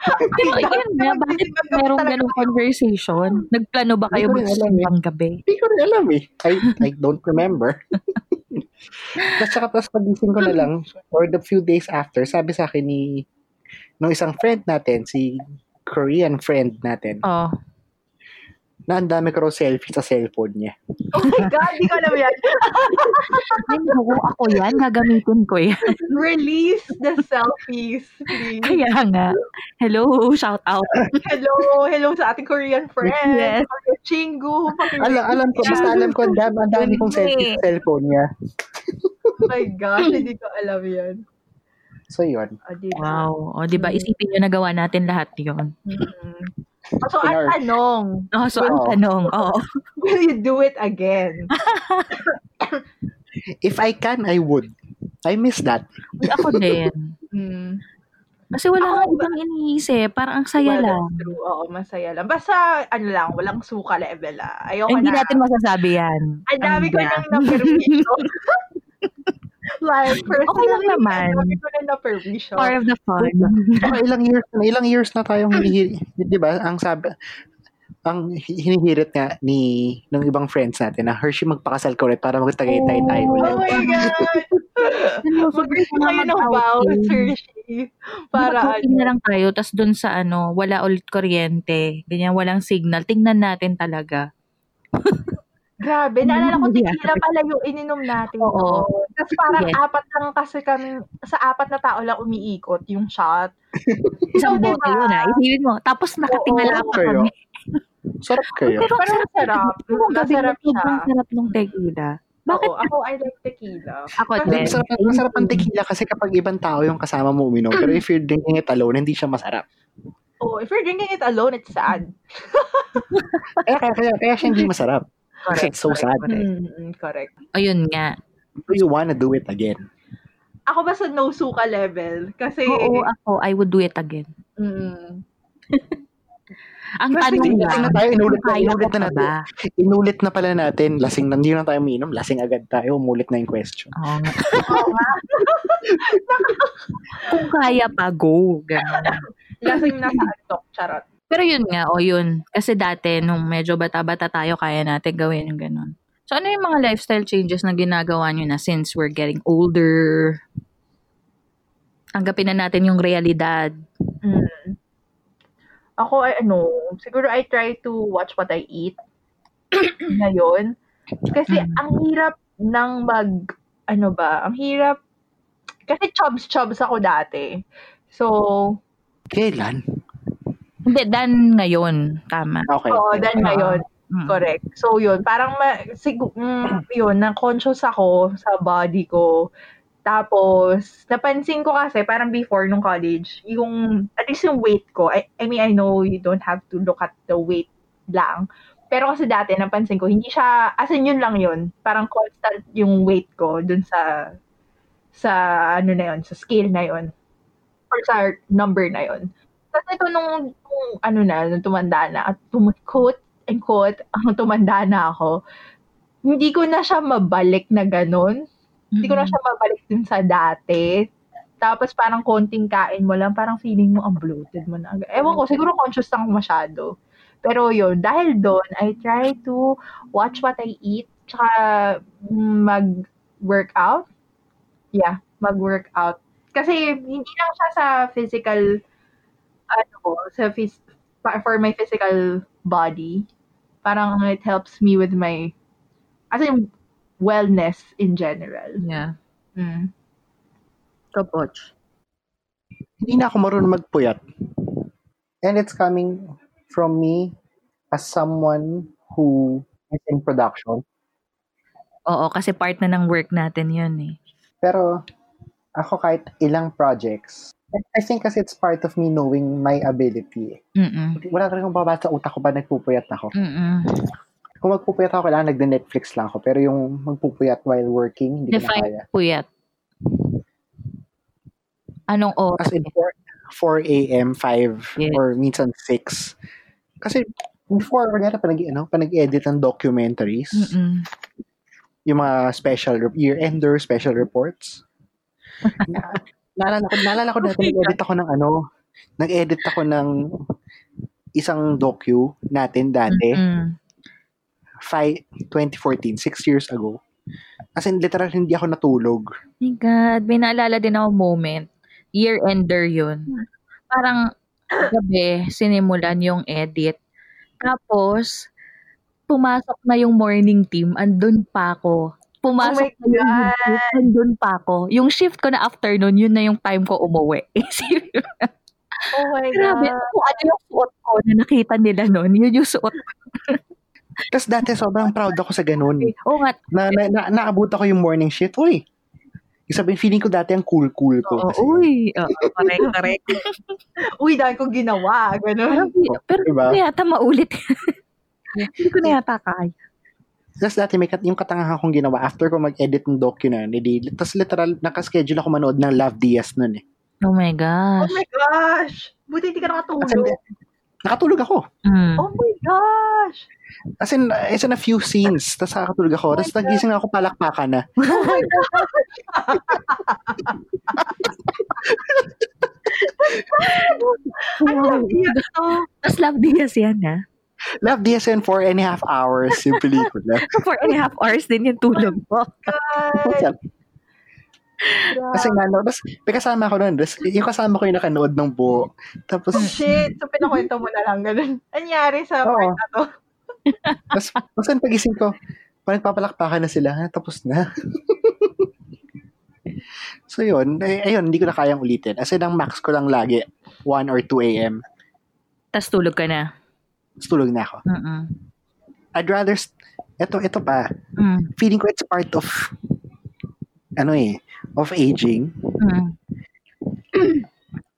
S2: Pero yun nga, bakit merong ganong conversation? Nagplano ba kayo
S4: Hindi ko rin alam eh.
S2: magsimbang gabi?
S4: Hindi ko rin alam eh. I, I don't remember. Tapos saka tapos pagising ko na lang, or the few days after, sabi sa akin ni, nung isang friend natin, si Korean friend natin,
S2: Oh.
S4: na ang dami ko raw selfie sa cellphone niya.
S5: Oh my God, di ko alam yan.
S2: Ay, naku, ako yan. Gagamitin ko yan.
S5: Release the selfies, please.
S2: Kaya nga. Hello, shout out.
S5: Hello, hello sa ating Korean friend.
S2: Yes.
S5: Chingu.
S4: Alam, alam ko, basta alam ko, ang dami, ang dami kong selfie sa cellphone niya.
S5: Oh my gosh, hindi ko alam yan.
S4: So, yun.
S5: O, di ba?
S2: Wow. O, di ba?
S5: Mm.
S2: Isipin nyo nagawa natin lahat yon.
S5: Mm. So, ang
S4: Pinark.
S5: tanong,
S2: Oh, so, ang
S4: Oo.
S2: tanong. Oo.
S5: will you do it again?
S4: If I can, I would. I miss that.
S2: Ako din.
S5: Mm.
S2: Kasi wala
S5: Ako
S2: kang ibang iniisip. Parang ang saya
S5: Well,
S2: lang.
S5: that's true. Oo, masaya lang. Basta, ano lang, walang suka level ah. Ayoko
S2: Ay, hindi
S5: na.
S2: natin masasabi yan.
S5: Ang dami ko
S2: Ang-
S5: nang na-permission. like, personally,
S2: lang naman.
S5: ang dami ko nang na-permission.
S2: Part of the fun.
S4: Saka ilang years na, ilang years na tayong hinihirit. Di ba? Ang sabi, ang hinihirit nga ni ng ibang friends natin na Hershey magpakasal ko ulit para magtagaytay tayo
S5: Oh
S4: ulit.
S5: my God!
S2: Ano,
S5: Mag-receive kayo ng vow, Sir Shi. Para
S2: Para na
S5: ano.
S2: lang tayo, tas dun sa ano, wala ulit kuryente, ganyan, walang signal. Tingnan natin talaga.
S5: Grabe, naalala ko
S2: Yeah.
S5: tequila pala yung ininom natin.
S2: Oo.
S5: Tapos parang
S2: Yes.
S5: apat lang kasi kami, sa apat na tao lang umiikot yung shot.
S2: Isang
S5: diba?
S2: bote yun ah. Isipin mo. Tapos nakatingala
S4: Oo,
S2: pa
S4: kayo.
S2: kami.
S4: Sarap kayo.
S2: Pero
S5: Parang
S2: ang
S5: masarap.
S2: Ang gabi
S5: Masarap
S2: na
S5: siya.
S2: sobrang sarap ng tequila. Bakit?
S5: Oo, ako I like tequila.
S2: Ako
S5: Kasi
S2: din.
S4: Masarap, masarap ang tequila kasi kapag ibang tao yung kasama mo uminom. Pero if you're drinking it alone, hindi siya masarap.
S5: Oh, if you're drinking it alone, it's sad.
S4: Kaya, kaya, kaya, kaya siya hindi masarap. Kasi it's so sad.
S5: Mm, correct.
S2: Ayun nga.
S4: Do you wanna do it again?
S5: Ako ba sa no suka level? Kasi,
S2: Oo, ako, I would do it again.
S5: mm,
S2: Ang
S5: Kasi
S2: tanong
S5: lasing
S4: Lasing na
S2: lang,
S4: tayo, inulit na,
S2: kaya ko
S4: inulit na
S2: pa
S4: natin.
S2: ba?
S4: Inulit na pala natin. Lasing na, hindi na tayo uminom. Lasing agad tayo. Umulit na yung question.
S2: Oo nga. Kung kaya pa, go. Ganun.
S5: lasing na sa antok, charot.
S2: Pero yun nga, o yun. Kasi dati, nung medyo bata-bata tayo, kaya natin gawin yung ganun. So, ano yung mga lifestyle changes na ginagawa nyo na since we're getting older? Tanggapin na natin yung realidad.
S5: Mm. Ako, ay, ano, siguro I try to watch what I eat ngayon. Kasi
S2: Mm.
S5: ang hirap ng mag, ano ba, ang hirap, kasi chubs-chubs ako dati. So,
S4: Kailan?
S2: Hindi, dan ngayon. Tama.
S4: Okay.
S5: oo, dahil
S2: Ah.
S5: ngayon,
S2: Mm.
S5: correct. So, yun, parang, ma, sigu- mm, yun, na-conscious ako sa body ko. Tapos, napansin ko kasi, parang before nung college, yung, at least yung weight ko, I, I mean, I know you don't have to look at the weight lang. Pero kasi dati, napansin ko, hindi siya, as in yun lang yun. Parang constant yung weight ko dun sa, sa ano na yun, sa scale na yun. Or sa number na yun. Tapos ito nung, nung ano na, nung tumanda na, at tum- quote and quote, ang tumanda na ako, hindi ko na siya mabalik na ganun.
S2: Mm-hmm.
S5: Hindi ko na siya mabalik dun sa dati. Tapos parang konting kain mo lang, parang feeling mo ang bloated mo na. agad. Ewan ko, siguro conscious lang ako masyado. Pero yun, dahil doon, I try to watch what I eat, tsaka mag-workout. Yeah, mag-workout. Kasi hindi lang siya sa physical, ano ko, sa phys- pa- for my physical body. Parang it helps me with my, as in, wellness in general.
S2: Yeah.
S5: Mm.
S2: Kapoch.
S4: Hindi na ako marunong magpuyat. And it's coming from me as someone who is in production.
S2: Oo, kasi part na ng work natin yun eh.
S4: Pero ako kahit ilang projects, I- I think kasi it's part of me knowing my ability.
S2: Mm-mm.
S4: Wala ka rin kung babasa sa utak ko ba nagpupuyat ako.
S2: Mm-mm.
S4: Kung magpupuyat ako, kailangan nagde-Netflix lang ako. Pero yung magpupuyat while working, hindi ko na kaya.
S2: Define puyat. Anong oras?
S4: As in 4, 4 a.m., 5,
S2: Yes.
S4: or minsan 6. Kasi before, kunyari, panag, ano, panag-edit ng documentaries,
S2: Mm-mm.
S4: yung mga special, rep- year-ender special reports. Na, naalala ko, naalala ko dati,
S2: Oh my God.
S4: nag-edit ako ng ano, nag-edit ako ng isang docu natin dati,
S2: Mm-mm.
S4: five, 2014, 6 years ago. As in, literal, hindi ako natulog.
S2: My God, may naalala din ako moment. Year-ender yun. Parang gabi, sinimulan yung edit. Tapos, pumasok na yung morning team, andun pa ako. Pumasok
S5: Oh
S2: na
S5: my
S2: yung shift, andun pa ako. Yung shift ko na afternoon, yun na yung time ko umuwi. Isipin mo,
S5: Oh my
S2: Grabe, kung ano yung suot ko na nakita nila noon, yun yung suot ko.
S4: Tapos dati, sobrang proud ako sa ganun.
S2: Oo nga,
S4: na, na, na naabot ako yung morning shift. Uy, yung sabihin, feeling ko dati ang cool-cool ko.
S2: Oo,
S4: Kasi,
S2: uy. Oo, correct, correct.
S5: Uy, dahil ko ginawa. Ganun.
S2: Grabe, Pero hindi
S4: diba?
S2: ko yata maulit. hindi ko na yata kaya.
S4: Tapos dati, may kat- yung katangahan kong ginawa after ko mag-edit ng docu na yun, edi, tapos literal, nakaschedule ako manood ng Love Diaz nun eh.
S2: Oh my
S5: Oh
S2: gosh.
S5: my gosh! Buti hindi ka
S4: As in,
S5: nakatulog.
S4: nakatulog ako.
S2: Mm.
S5: Oh my gosh!
S4: As in, as in a few scenes. Tapos nakatulog ako.
S5: Oh my
S4: Tapos nagising ako, palakpakan na.
S5: Ano lang yan to?
S2: Tapos Love Diaz yan, ha?
S4: Love Diaz in four and a half hours yung pelikula.
S2: Four and a half hours din yung tulog mo.
S5: God.
S4: Kasi nga, no, tapos may kasama ko nun. Tapos yung kasama ko yung nakanood ng buo. Tapos,
S5: Oh shit! So pinakwento mo na lang ganun. Anyari sa
S4: Oo.
S5: part na to?
S4: Tapos, tapos ang pagising ko, parang papalakpakan na sila, ha? tapos na. so yun, ay, ayun, hindi ko na kayang ulitin. As in, ang max ko lang lagi, 1 or 2 a.m.
S2: Tapos tulog ka na.
S4: Tapos tulog na ako.
S2: Mm-mm.
S4: I'd rather, s- eto, eto pa,
S2: Mm.
S4: feeling ko it's part of, ano eh, of aging.
S2: Mm.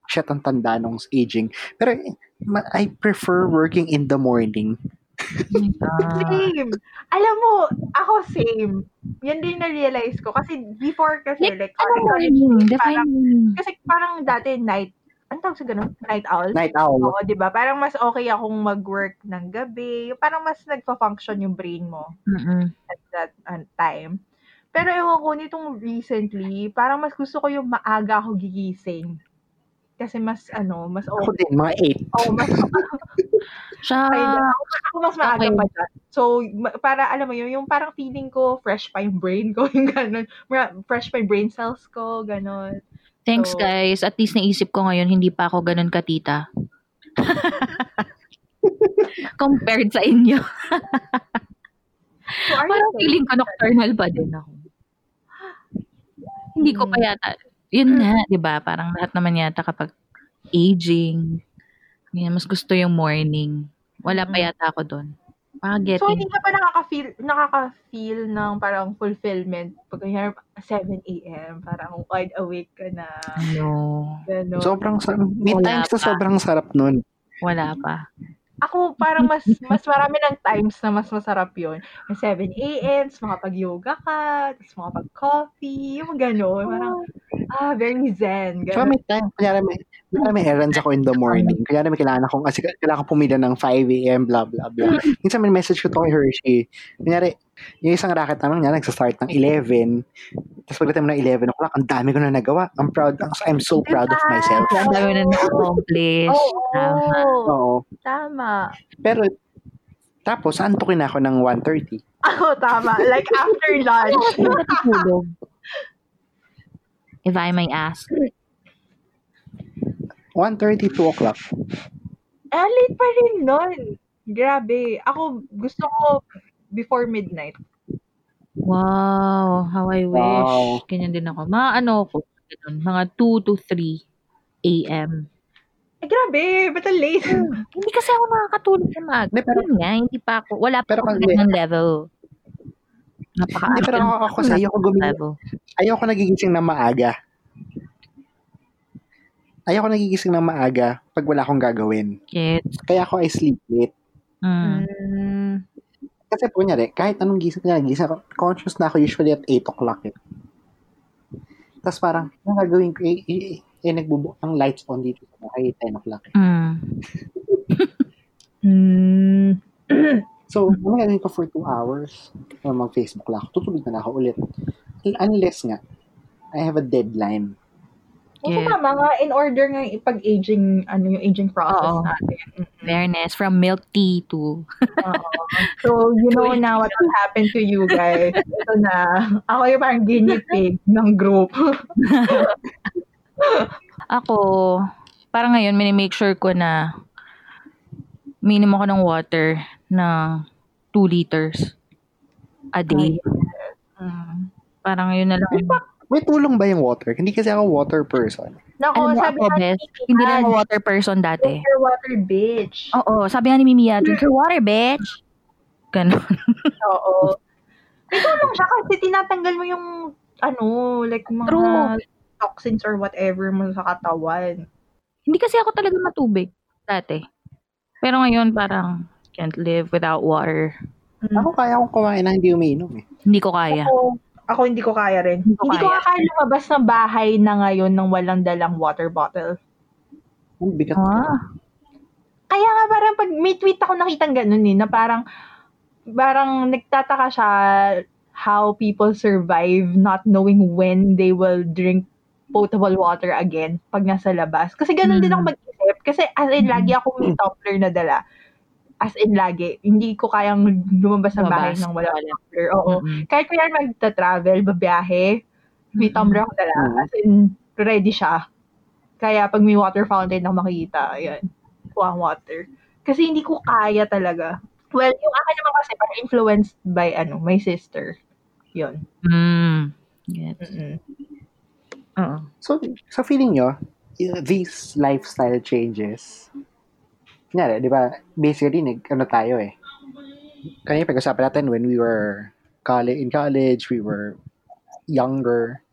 S4: Shit, ang tanda nung aging. Pero, eh, ma- I prefer working in the morning.
S2: Oh Ah.
S5: Same! Alam mo, ako same. Yan din na-realize ko. Kasi before kasi, like,
S2: Ano
S5: college,
S2: mo yun? Define
S5: parang,
S2: mo yun.
S5: kasi parang dati night, ano tawag sa ganun? Night owl?
S4: Night owl.
S5: Oo, di ba? Parang mas okay akong mag-work ng gabi. Parang mas nagpa-function yung brain mo.
S2: Mm-mm.
S5: at that uh, time. Pero ewan ko nitong recently, parang mas gusto ko yung maaga ako gigising. Kasi mas ano, mas
S4: Ako
S5: okay.
S4: din, mga
S5: Oh, mas
S2: Siya,
S5: okay na. Ako, ako mas maaga
S2: Okay.
S5: pa dyan. So, ma- para alam mo yun, yung parang feeling ko, fresh pa yung brain ko, yung ganun. Mara- Fresh pa yung brain cells ko, ganun.
S2: thanks
S5: So-
S2: guys. At least naisip ko ngayon, hindi pa ako ganun katita. Compared sa inyo.
S5: So, are you
S2: Parang
S5: okay?
S2: feeling ko nocturnal pa din ako. Hindi ko pa yata. Yun nga, di ba? Parang lahat naman yata kapag aging. yun, Mas gusto yung morning. Wala pa
S5: Mm.
S2: yata ako doon. Parang getting.
S5: So, hindi ka pa nakaka-feel, nakaka-feel ng parang fulfillment. Pag kanyar, 7 a.m., parang wide awake ka na.
S2: no.
S5: Ganun.
S4: Sobrang sarap. May
S2: Wala
S4: times na
S2: pa.
S4: sobrang sarap nun.
S2: Wala pa.
S5: Ako, parang mas mas marami ng times na mas masarap yun. Yung 7 a.m., tapos makapag-yoga ka, tapos makapag-coffee, yung gano'n. Parang, ah, very zen.
S4: Tsaka
S5: Ganun.
S4: may time, kunyari may, kunyari may errands ako in the morning. Kunyari may kailangan akong, kasi kailangan ko pumila ng 5 a.m., blah, blah, blah. Minsan may message ko to kay Hershey. Kunyari, yung isang racket namin, kunyari, nagsastart ng 11. Tapos pagdating ng 11 o'clock, ang dami ko na nagawa. I'm proud, ang- I'm so proud of myself.
S2: Ang dami na na-accomplish.
S5: Oo,
S2: Tama.
S4: Oo.
S5: tama.
S4: Pero, tapos, antokin ako ng 1.30.
S5: Oo, tama. Like, after lunch.
S2: Ano ba natutulog? If I may ask.
S4: 1.30, 2 o'clock.
S5: Eh, late pa rin nun. Grabe. Ako, gusto ko before midnight.
S2: Wow, how I wish.
S4: Wow.
S2: Ganyan din ako. Mga ano ko, ganun, mga 2 to 3 a.m.
S5: Eh, grabe. Ba't ang late?
S2: Hindi kasi ako nakakatulog sa mag.
S4: Hindi, pero-
S2: Yun nga, hindi pa ako. Wala pa
S4: Pero
S2: akong
S4: kasi-
S2: ganyan level. Napaka
S4: Hindi, pero ako, ako sa ayoko gumising.
S2: level.
S4: Ayoko nagigising na maaga. Ayoko nagigising na maaga pag wala akong gagawin.
S2: Gets.
S4: Kaya ako ay sleep late.
S2: Mm.
S5: Mm.
S4: Kasi po niya kahit anong gising na gising ako, conscious na ako usually at 8 o'clock eh. Tapos parang, ang gagawin ko, eh, eh, eh, eh nagbubo, ang lights on dito sa bahay, 10 o'clock. eh.
S2: Mm.
S5: Mm.
S4: So, ang gagawin ko for 2 hours, or mag-Facebook lang ako, tutulog na lang ako ulit. Unless nga, I have a deadline.
S5: Yeah.
S2: Yeah.
S5: tama nga, in order nga yung ipag-aging, ano yung aging process
S2: Oo.
S5: natin.
S2: Fairness, from milk tea to
S5: So, you know now what will happen to you guys. Ito na. Ako yung parang guinea pig ng group.
S2: Ako, parang ngayon, minimake sure ko na minum ako ng water na 2 liters a day.
S5: Mm.
S2: Parang yun na lang.
S4: May tulong ba yung water? Hindi kasi ako water person.
S5: Nako,
S2: Alam mo
S5: sabi
S2: ako,
S5: nga ni
S2: Beth,
S5: Mimi
S2: hindi na eh."
S5: Ann,
S2: ako water person dati.
S5: drink your water, bitch.
S2: Oo, sabi nga ni Mimi, ah, drink your water, bitch! Ganon.
S5: Oo. May tulong siya kasi tinatanggal mo yung ano, like mga
S2: True.
S5: toxins or whatever mo sa katawan.
S2: Hindi kasi ako talaga matubig dati. Pero ngayon, parang can't live without water.
S4: Ako kaya akong kumain na hindi umiinom eh.
S2: Hindi ko kaya.
S5: Ako, ako hindi ko kaya rin.
S2: Hindi ko
S5: hindi ko
S2: kaya.
S5: nga kaya lumabas ng bahay na ngayon ng walang dalang water bottle.
S4: Ang bigat.
S2: Ah,
S5: Kaya nga parang pag may tweet ako nakitang ganun eh, na parang, parang nagtataka siya how people survive not knowing when they will drink potable water again pag nasa labas. Kasi ganun din ako
S2: Mm.
S5: mag-isip. Kasi as in,
S2: Mm.
S5: lagi ako may tumbler na dala. As in, lagi. Hindi ko kayang lumabas ng bahay
S2: Lumabas.
S5: nang wala tumbler. Oo.
S2: mm-mm.
S5: Kahit kaya magta-travel, babiyahe, may tumbler ako dala.
S4: Mm.
S5: As in, ready siya. Kaya pag may water fountain na makikita, ayan, kuha ang water. Kasi hindi ko kaya talaga. Well, yung akin naman kasi parang influenced by ano, my sister. Yun.
S2: Mm. Yes.
S5: Mm-mm.
S2: Oo.
S4: So, sa feeling nyo, y- these lifestyle changes, kunyari, di ba, basically, nag, ano tayo eh. Kanya pag-usapan natin when we were college, in college, we were younger,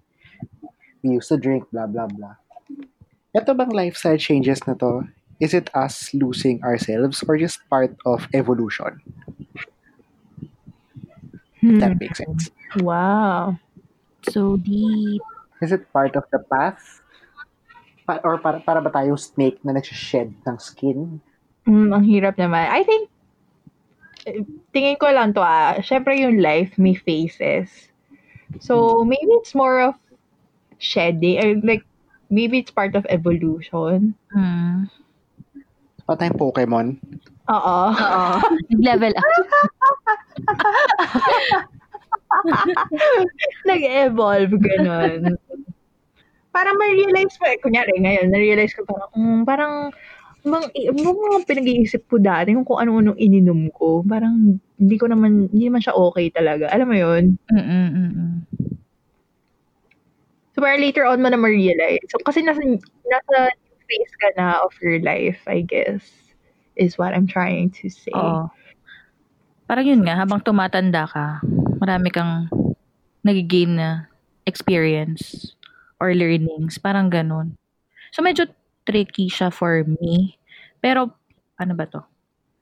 S4: we used to drink, blah, blah, blah. Ito bang lifestyle changes na to, is it us losing ourselves or just part of evolution? If that makes sense.
S5: Wow.
S2: So deep.
S4: Is it part of the path? Pa- or para, para ba tayong snake na nagsished ng skin?
S5: Mm, ang hirap naman. I think, eh, tingin ko lang to ah, syempre yung life may phases. So, maybe it's more of shedding, or like, maybe it's part of evolution.
S2: Mm.
S4: Pa tayong Pokemon?
S5: Oo.
S2: Oo. Nag-level up.
S5: Nag-evolve, ganun. parang ma-realize mo, eh, kunyari ngayon, na-realize ko parang, mm, parang, mga, mga, mga pinag-iisip ko dati, yung kung ano-ano ininom ko, parang, hindi ko naman, hindi naman siya okay talaga. Alam mo yun?
S2: Mm-mm, mm-mm.
S5: So, parang later on mo na ma-realize. So, kasi nasa, nasa phase ka na of your life, I guess, is what I'm trying to say.
S2: Oo. Parang yun nga, habang tumatanda ka, marami kang nagigain na experience or learnings. Parang ganun. So, medyo tricky siya for me. Pero, ano ba to?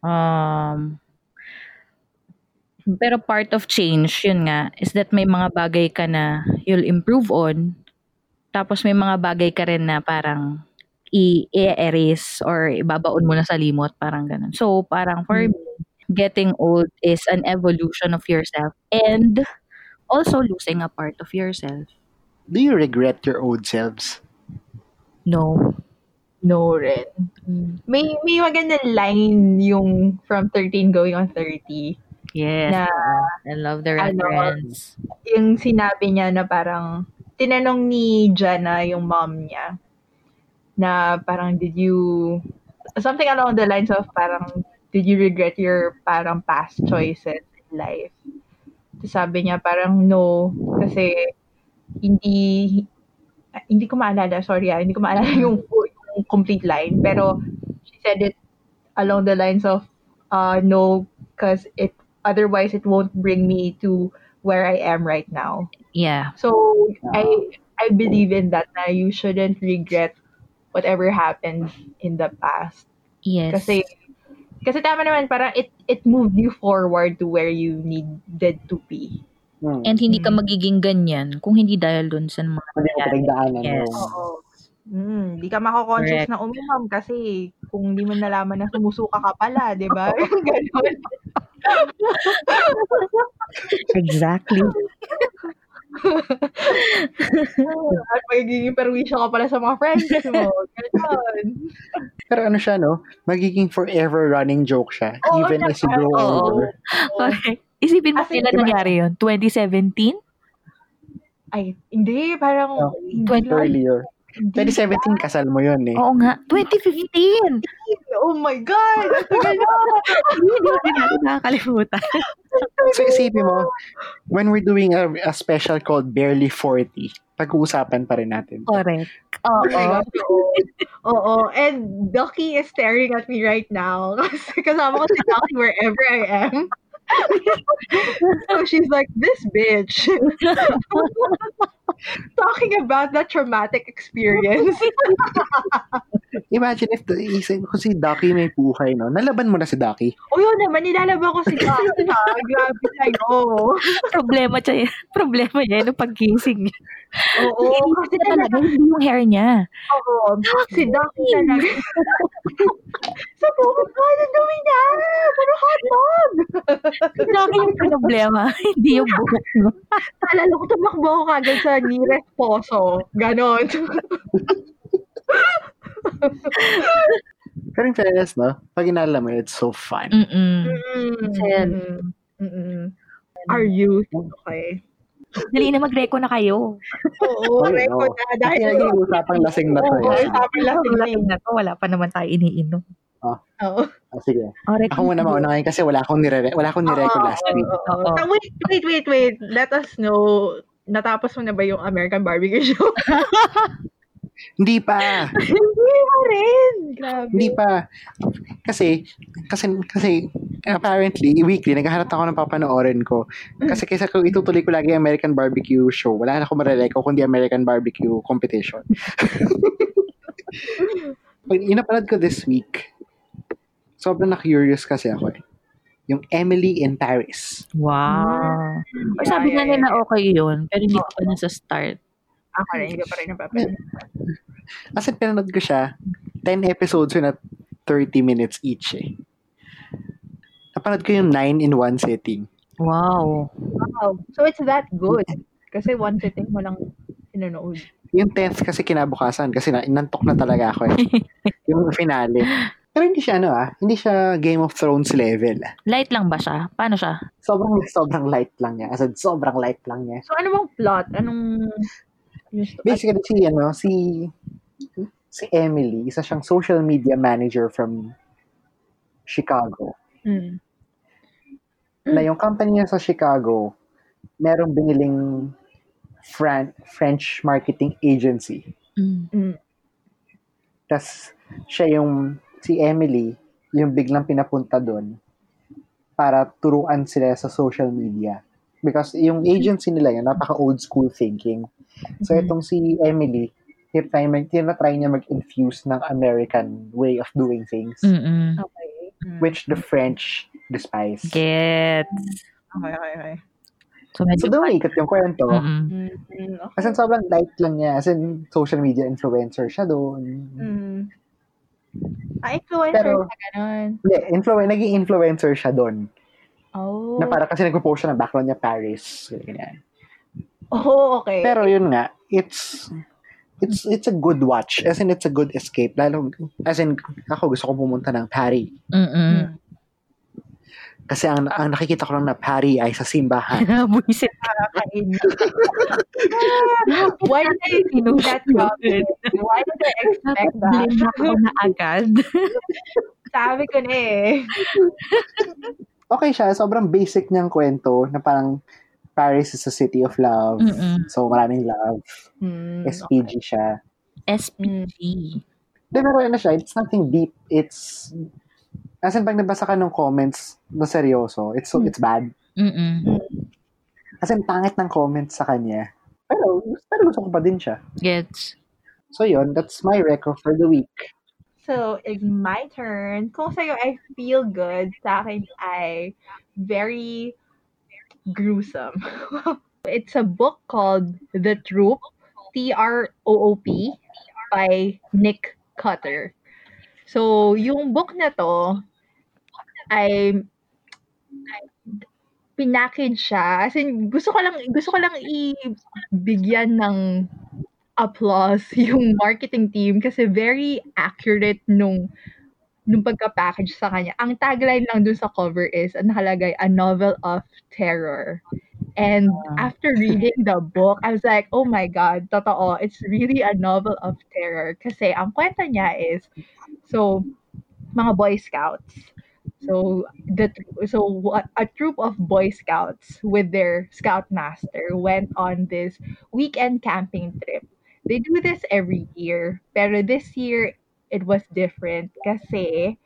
S2: Um, pero part of change, yun nga, is that may mga bagay ka na you'll improve on. Tapos may mga bagay ka rin na parang i- i-erase or ibabaon mo na sa limot. Parang ganun. So, parang for me, getting old is an evolution of yourself and also losing a part of yourself.
S4: Do you regret your old selves?
S2: No.
S5: No rin.
S2: Hmm.
S5: May, may magandang line yung from 13 going on 30.
S2: Yes.
S5: Na-
S2: I love the
S5: Ano?
S2: reference.
S5: yung sinabi niya na parang tinanong ni Jana yung mom niya na parang did you something along the lines of parang did you regret your parang past choices in life? So, sabi niya parang no kasi hindi ah, hindi ko maalala sorry ah hindi ko maalala yung, yung complete line pero she said it along the lines of uh no because it otherwise it won't bring me to where I am right now.
S2: Yeah.
S5: So I I believe in that na you shouldn't regret whatever happened in the past.
S2: Yes.
S5: Kasi kasi tama naman parang it it moved you forward to where you needed to be.
S4: Hmm.
S2: And hindi ka
S5: Mm.
S2: magiging ganyan kung hindi dahil dun sa mga
S4: Ano yung pinagdaanan
S2: Yes.
S4: mo?
S5: Oo. Mm, di ka mako-conscious
S2: Correct.
S5: na uminom kasi kung di mo nalaman na sumusuka ka pala, di ba? Ganun.
S2: Exactly.
S5: At magiging perwisyo ka pala sa mga friends mo. Ganun.
S4: Pero ano siya, no? Magiging forever running joke siya.
S5: Oo,
S4: even as you grow
S2: Oo.
S4: older.
S2: Correct. Isipin mo
S5: As in,
S2: kailan
S5: diba-
S2: nangyari yun? 2017?
S5: Ay, hindi.
S4: Oh,
S5: Parang, hindi lang.
S4: Earlier. 2017, kasal mo yun eh.
S2: Oo nga. 2015!
S5: Oh my God! Ang tagal na!
S2: Hindi ko rin natin nakakalimutan.
S4: So isipin mo, when we're doing a, a special called Barely 40, pag-uusapan pa rin natin.
S2: Correct.
S5: Oo. Oo. And Ducky is staring at me right now. Kasi kasama ko si Ducky wherever I am. so she's like, this bitch. Talking about that traumatic experience.
S4: Imagine if, the, isip ko si Ducky may buhay, no? Nalaban mo na si Ducky.
S5: o yun naman, nilalaban ko si Ducky. ha? Grabe kayo.
S2: Problema siya yan. Problema niya yung pagkising niya.
S5: Oo. Kasi
S2: Inisip niya
S5: talaga
S2: talaga hindi yung hair niya.
S5: Oo. Si Ducky talaga. Sabi ko, "Oh my God, ang dumi niya! Pero hot dog!
S2: Laki yung problema. hindi yung buhok mo.
S5: Alala ko, tumakbo ako kagad sa nearest poso. Ganon.
S4: Pero in fairness, no? Pag inala mo, it's so fun.
S5: Mm.
S2: Mm-mm.
S5: Mm-mm. Are you okay?
S2: Dali na mag-reco na kayo.
S5: Oo,
S4: Oo.
S5: record na.
S4: Dahil
S5: Dahil
S4: yung usapang lasing na to.
S5: Oo,
S4: eh.
S5: usapang lasing na yun.
S2: na to. Wala pa naman tayo iniinom.
S5: Oo.
S4: Ah, sige.
S2: Oh, reco
S4: Ako muna mauna ngayon kasi wala akong nire wala akong nireko
S5: Oo,
S4: last week.
S5: oo, oo.
S2: Oo.
S5: Ta- Wait, wait, wait, wait. Let us know. Natapos mo na ba yung American Barbecue Show?
S4: Hindi pa.
S5: Hindi pa rin. Grabe.
S4: Hindi pa. Kasi, kasi, kasi, apparently, weekly, naghahanap ako ng papanoorin ko. Kasi kaysa ko itutuloy ko lagi yung American Barbecue Show, wala na akong mareleko kundi American Barbecue Competition. Pag inapalad ko this week, sobrang na-curious kasi ako eh. Yung Emily in Paris.
S2: Wow.
S5: Yeah,
S2: Or sabi nga
S5: yeah,
S2: nila
S5: yeah.
S2: okay yun, pero hindi pa na sa start.
S5: Ako rin, hindi ko pa rin napapanood.
S4: Kasi pinanood ko siya, 10 episodes yun at 30 minutes each eh. Napanood ko yung 9 in one setting.
S2: Wow.
S5: Wow. So it's that good. Kasi one sitting mo lang pinanood.
S4: Yung 10th kasi kinabukasan kasi na, nantok na talaga ako eh. yung finale. Pero hindi siya ano ah, hindi siya Game of Thrones level.
S2: Light lang ba siya? Paano siya?
S4: Sobrang sobrang light lang niya. As in, sobrang light lang niya.
S5: So ano bang plot? Anong...
S4: Basically, si, ano, si, hmm? si Emily, isa siyang social media manager from Chicago.
S5: Mm.
S4: na yung company niya sa Chicago, merong biniling Fran- French marketing agency.
S2: Mm.
S4: Tapos, siya yung, si Emily, yung biglang pinapunta doon para turuan sila sa social media. Because yung agency nila yun, napaka-old school thinking. So
S5: Mhm.
S4: itong si Emily, tinatry, mag- tinatry niya mag-infuse ng American way of doing things,
S2: Mm-mm.
S5: Okay.
S4: which the French despise.
S2: Get.
S5: Okay, okay, okay.
S2: So, medyo...
S4: So doon ikat yung kwento.
S2: Mm-mm.
S5: Mm,
S4: As in, sobrang light lang niya. As in, social media influencer siya doon.
S5: Mm. Ah, influencer
S4: Pero-
S5: na ganun.
S4: Hindi, influ- naging influencer siya doon.
S5: Oh.
S4: Na para kasi nagpo-post siya ng background niya Paris. Ganyan.
S5: oh, okay.
S4: Pero yun nga, it's it's it's a good watch. As in, it's a good escape. Lalo, as in, ako gusto ko pumunta ng Paris.
S2: Mm-mm.
S5: Mm.
S4: Kasi ang, ang nakikita ko lang na Paris ay sa simbahan.
S2: Buisit.
S5: Kakain. Why did I do that comment? Why did I expect that?
S2: Napablame ako na agad.
S5: Sabi ko na eh.
S4: Okay siya, sobrang basic niyang kwento na parang Paris is a city of love.
S2: Mm-mm.
S4: So, maraming love.
S5: Mm.
S4: SPG siya.
S2: SPG.
S4: Hindi, pero ano siya, it's nothing deep. It's, as in, pag nabasa ka ng comments na seryoso, it's so,
S5: Hmm.
S4: it's bad.
S2: Mm-mm.
S4: As in, pangit ng comments sa kanya. Pero, pero gusto ko pa din siya.
S2: Gets.
S4: So yun, that's my record for the week.
S5: So, it's my turn. Kung sa'yo ay feel good, sa akin ay very gruesome. it's a book called The Troop, T-R-O-O-P, by Nick Cutter. So, yung book na to ay pinackage siya. As in, gusto ko lang, gusto ko lang ibigyan ng applause yung marketing team kasi very accurate nung nung pagka-package sa kanya. Ang tagline lang dun sa cover is, ang nakalagay, a novel of terror. And after reading the book, I was like, oh my God, totoo, it's really a novel of terror. Kasi ang kwenta niya is, so, mga Boy Scouts. So, the so what a troop of Boy Scouts with their scoutmaster went on this weekend camping trip. They do this every year, pero this year it was different kasi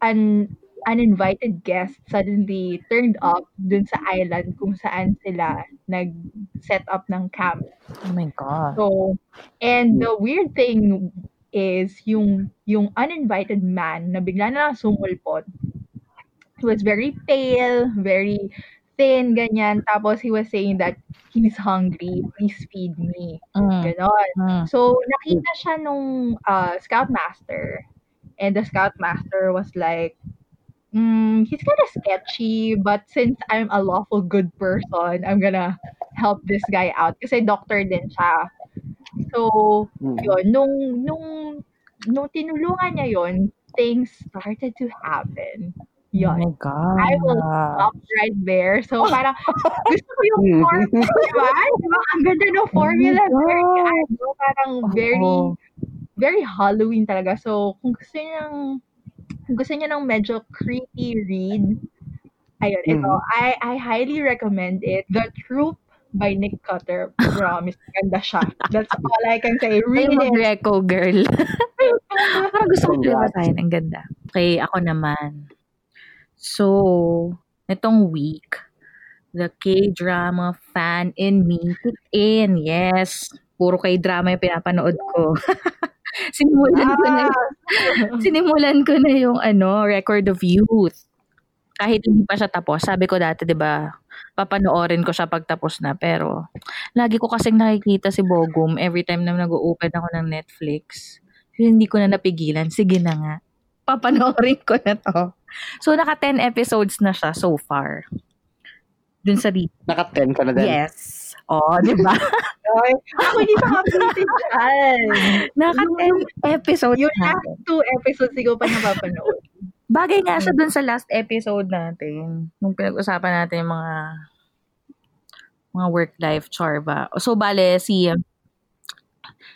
S5: an uninvited guest suddenly turned up dun sa island kung saan sila nag-set up ng camp.
S2: Oh my God.
S5: So, and the weird thing is yung yung uninvited man na bigla na lang sumulpot. He was very pale, very thin, ganyan. Tapos he was saying that he's hungry, please feed me.
S2: Mm.
S5: Ganon.
S2: Mm.
S5: So, nakita siya nung uh, scoutmaster. And the scoutmaster was like, mm, he's kind of sketchy, but since I'm a lawful good person, I'm gonna help this guy out. Kasi doctor din siya. So,
S2: Mm.
S4: Hmm.
S5: yun, nung, nung, nung tinulungan niya yon things started to happen.
S2: Oh
S5: Yun.
S2: my God.
S5: I will Stop right there. So, parang, gusto ko yung formula, di ba? Di ba? Ang ganda ng formula.
S2: Oh my
S5: Very,
S2: God.
S5: ano, parang very, very Halloween talaga. So, kung gusto niya ng, kung gusto niya ng medyo creepy read, ayun,
S2: Mm.
S5: ito.
S4: Mhm.
S5: I, I highly recommend it. The Troop by Nick Cutter. Promise, ganda siya. That's all I can
S2: Ay,
S5: say. Read it.
S2: mag-reco, girl. Parang gusto ko
S4: Congrats.
S2: talaga basahin. Ang ganda. Okay, ako naman. So, itong week, the K-drama fan in me kicked in. Yes. Puro K-drama yung pinapanood ko. Sinimulan ko na
S5: Ah.
S2: Mm. sinimulan ko na yung ano, Record of Youth. Kahit hindi pa siya tapos, sabi ko dati, 'di ba, papanoorin ko siya pag tapos na, pero lagi ko kasing nakikita si Bogum every time na nag-open ako ng Netflix. Kaya hindi ko na napigilan. Sige na nga. Papanoorin ko na to. So, naka 10 episodes na siya so far. Dun sa re-
S4: Naka-10 ka na din.
S2: Yes. Oh, di ba?
S5: Ay, Ako hindi pa updated dyan.
S2: Naka 10 episodes
S5: Yung
S2: na.
S5: last two episodes hindi ko pa napapanood.
S2: Bagay nga siya dun sa last episode natin, nung pinag-usapan natin yung mga mga work-life charva. So, bale, si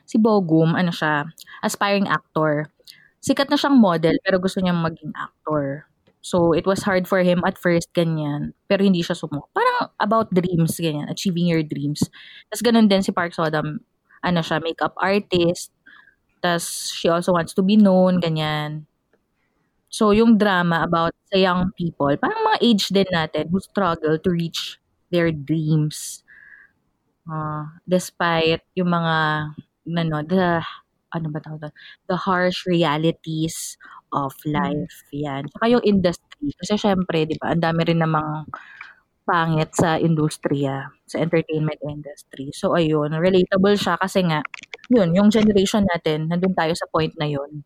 S2: si Bogum, ano siya, aspiring actor. Sikat na siyang model, pero gusto niya maging actor. So, it was hard for him at first, ganyan. Pero hindi siya sumuko. Parang about dreams, ganyan. Achieving your dreams. Tapos ganun din si Park Sodam, ano siya, makeup artist. Tapos she also wants to be known, ganyan. So, yung drama about sa young people, parang mga age din natin who struggle to reach their dreams. Uh, despite yung mga, ano, the, ano ba tawag doon? The harsh realities of life. Yan. Saka yung industry. Kasi syempre, di ba, ang dami rin namang pangit sa industriya, sa entertainment industry. So, ayun, relatable siya kasi nga, yun, yung generation natin, nandun tayo sa point na yun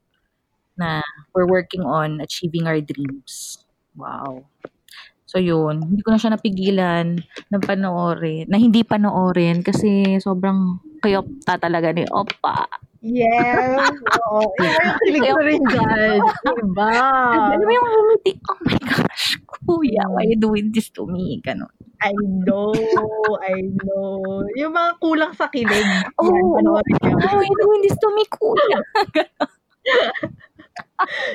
S2: na we're working on achieving our dreams. Wow. So, yun. Hindi ko na siya napigilan na panoorin, na hindi panoorin kasi sobrang kayop ta talaga ni Opa.
S5: Yes. Oo. Iba yung kilig ko rin dyan. Diba? Iba.
S2: Alam mo yung umiti, oh my gosh, kuya, why you doing this to me? Ganon.
S5: I know. I know. Yung mga kulang sa kilig.
S2: Oh.
S5: Yan, panoorin nyo.
S2: Why you doing this to me, kuya?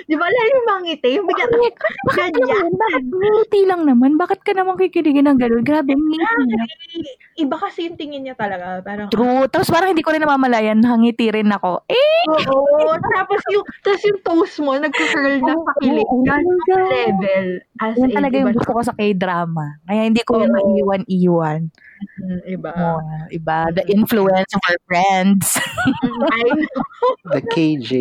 S5: Di ba lang Diba, yung mga ngiti? Yung bigla,
S2: Bakit? Bakit
S5: ganyan.
S2: naman? Bakit? Ngiti lang naman. Bakit ka naman kikiligin ng gano'n? Grabe, ang ngiti.
S5: Iba kasi yung tingin niya talaga. Parang,
S2: True. Tapos parang hindi ko rin namamalayan, hangiti rin ako. Eh,
S5: oo. Tapos yung, tapos yung toes mo, nagka-curl na sa
S2: Oo,
S5: kilig.
S2: oh my
S5: Yan
S2: God.
S5: level. As
S2: Yan
S5: in,
S2: talaga yung
S5: iba
S2: gusto ko sa k-drama. Kaya hindi ko
S5: eh, Oo.
S2: maiwan-iwan.
S5: siya. Mm, Iba.
S2: Oh, iba. The influence of our friends.
S5: Mm, I know.
S4: The KJ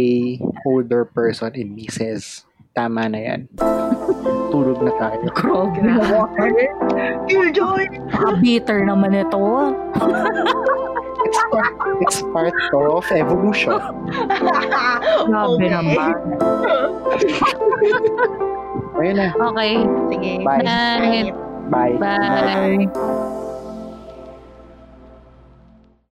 S4: older person in me says, tama na yan. Tulog na tayo.
S2: Grabe.
S5: Grabe. You join.
S2: Bitter naman ito.
S4: It's part, it's part of evolution.
S2: Grabe naman.
S4: Ayun na.
S2: Okay.
S5: Sige.
S4: Bye.
S2: Night.
S4: Bye.
S2: Bye.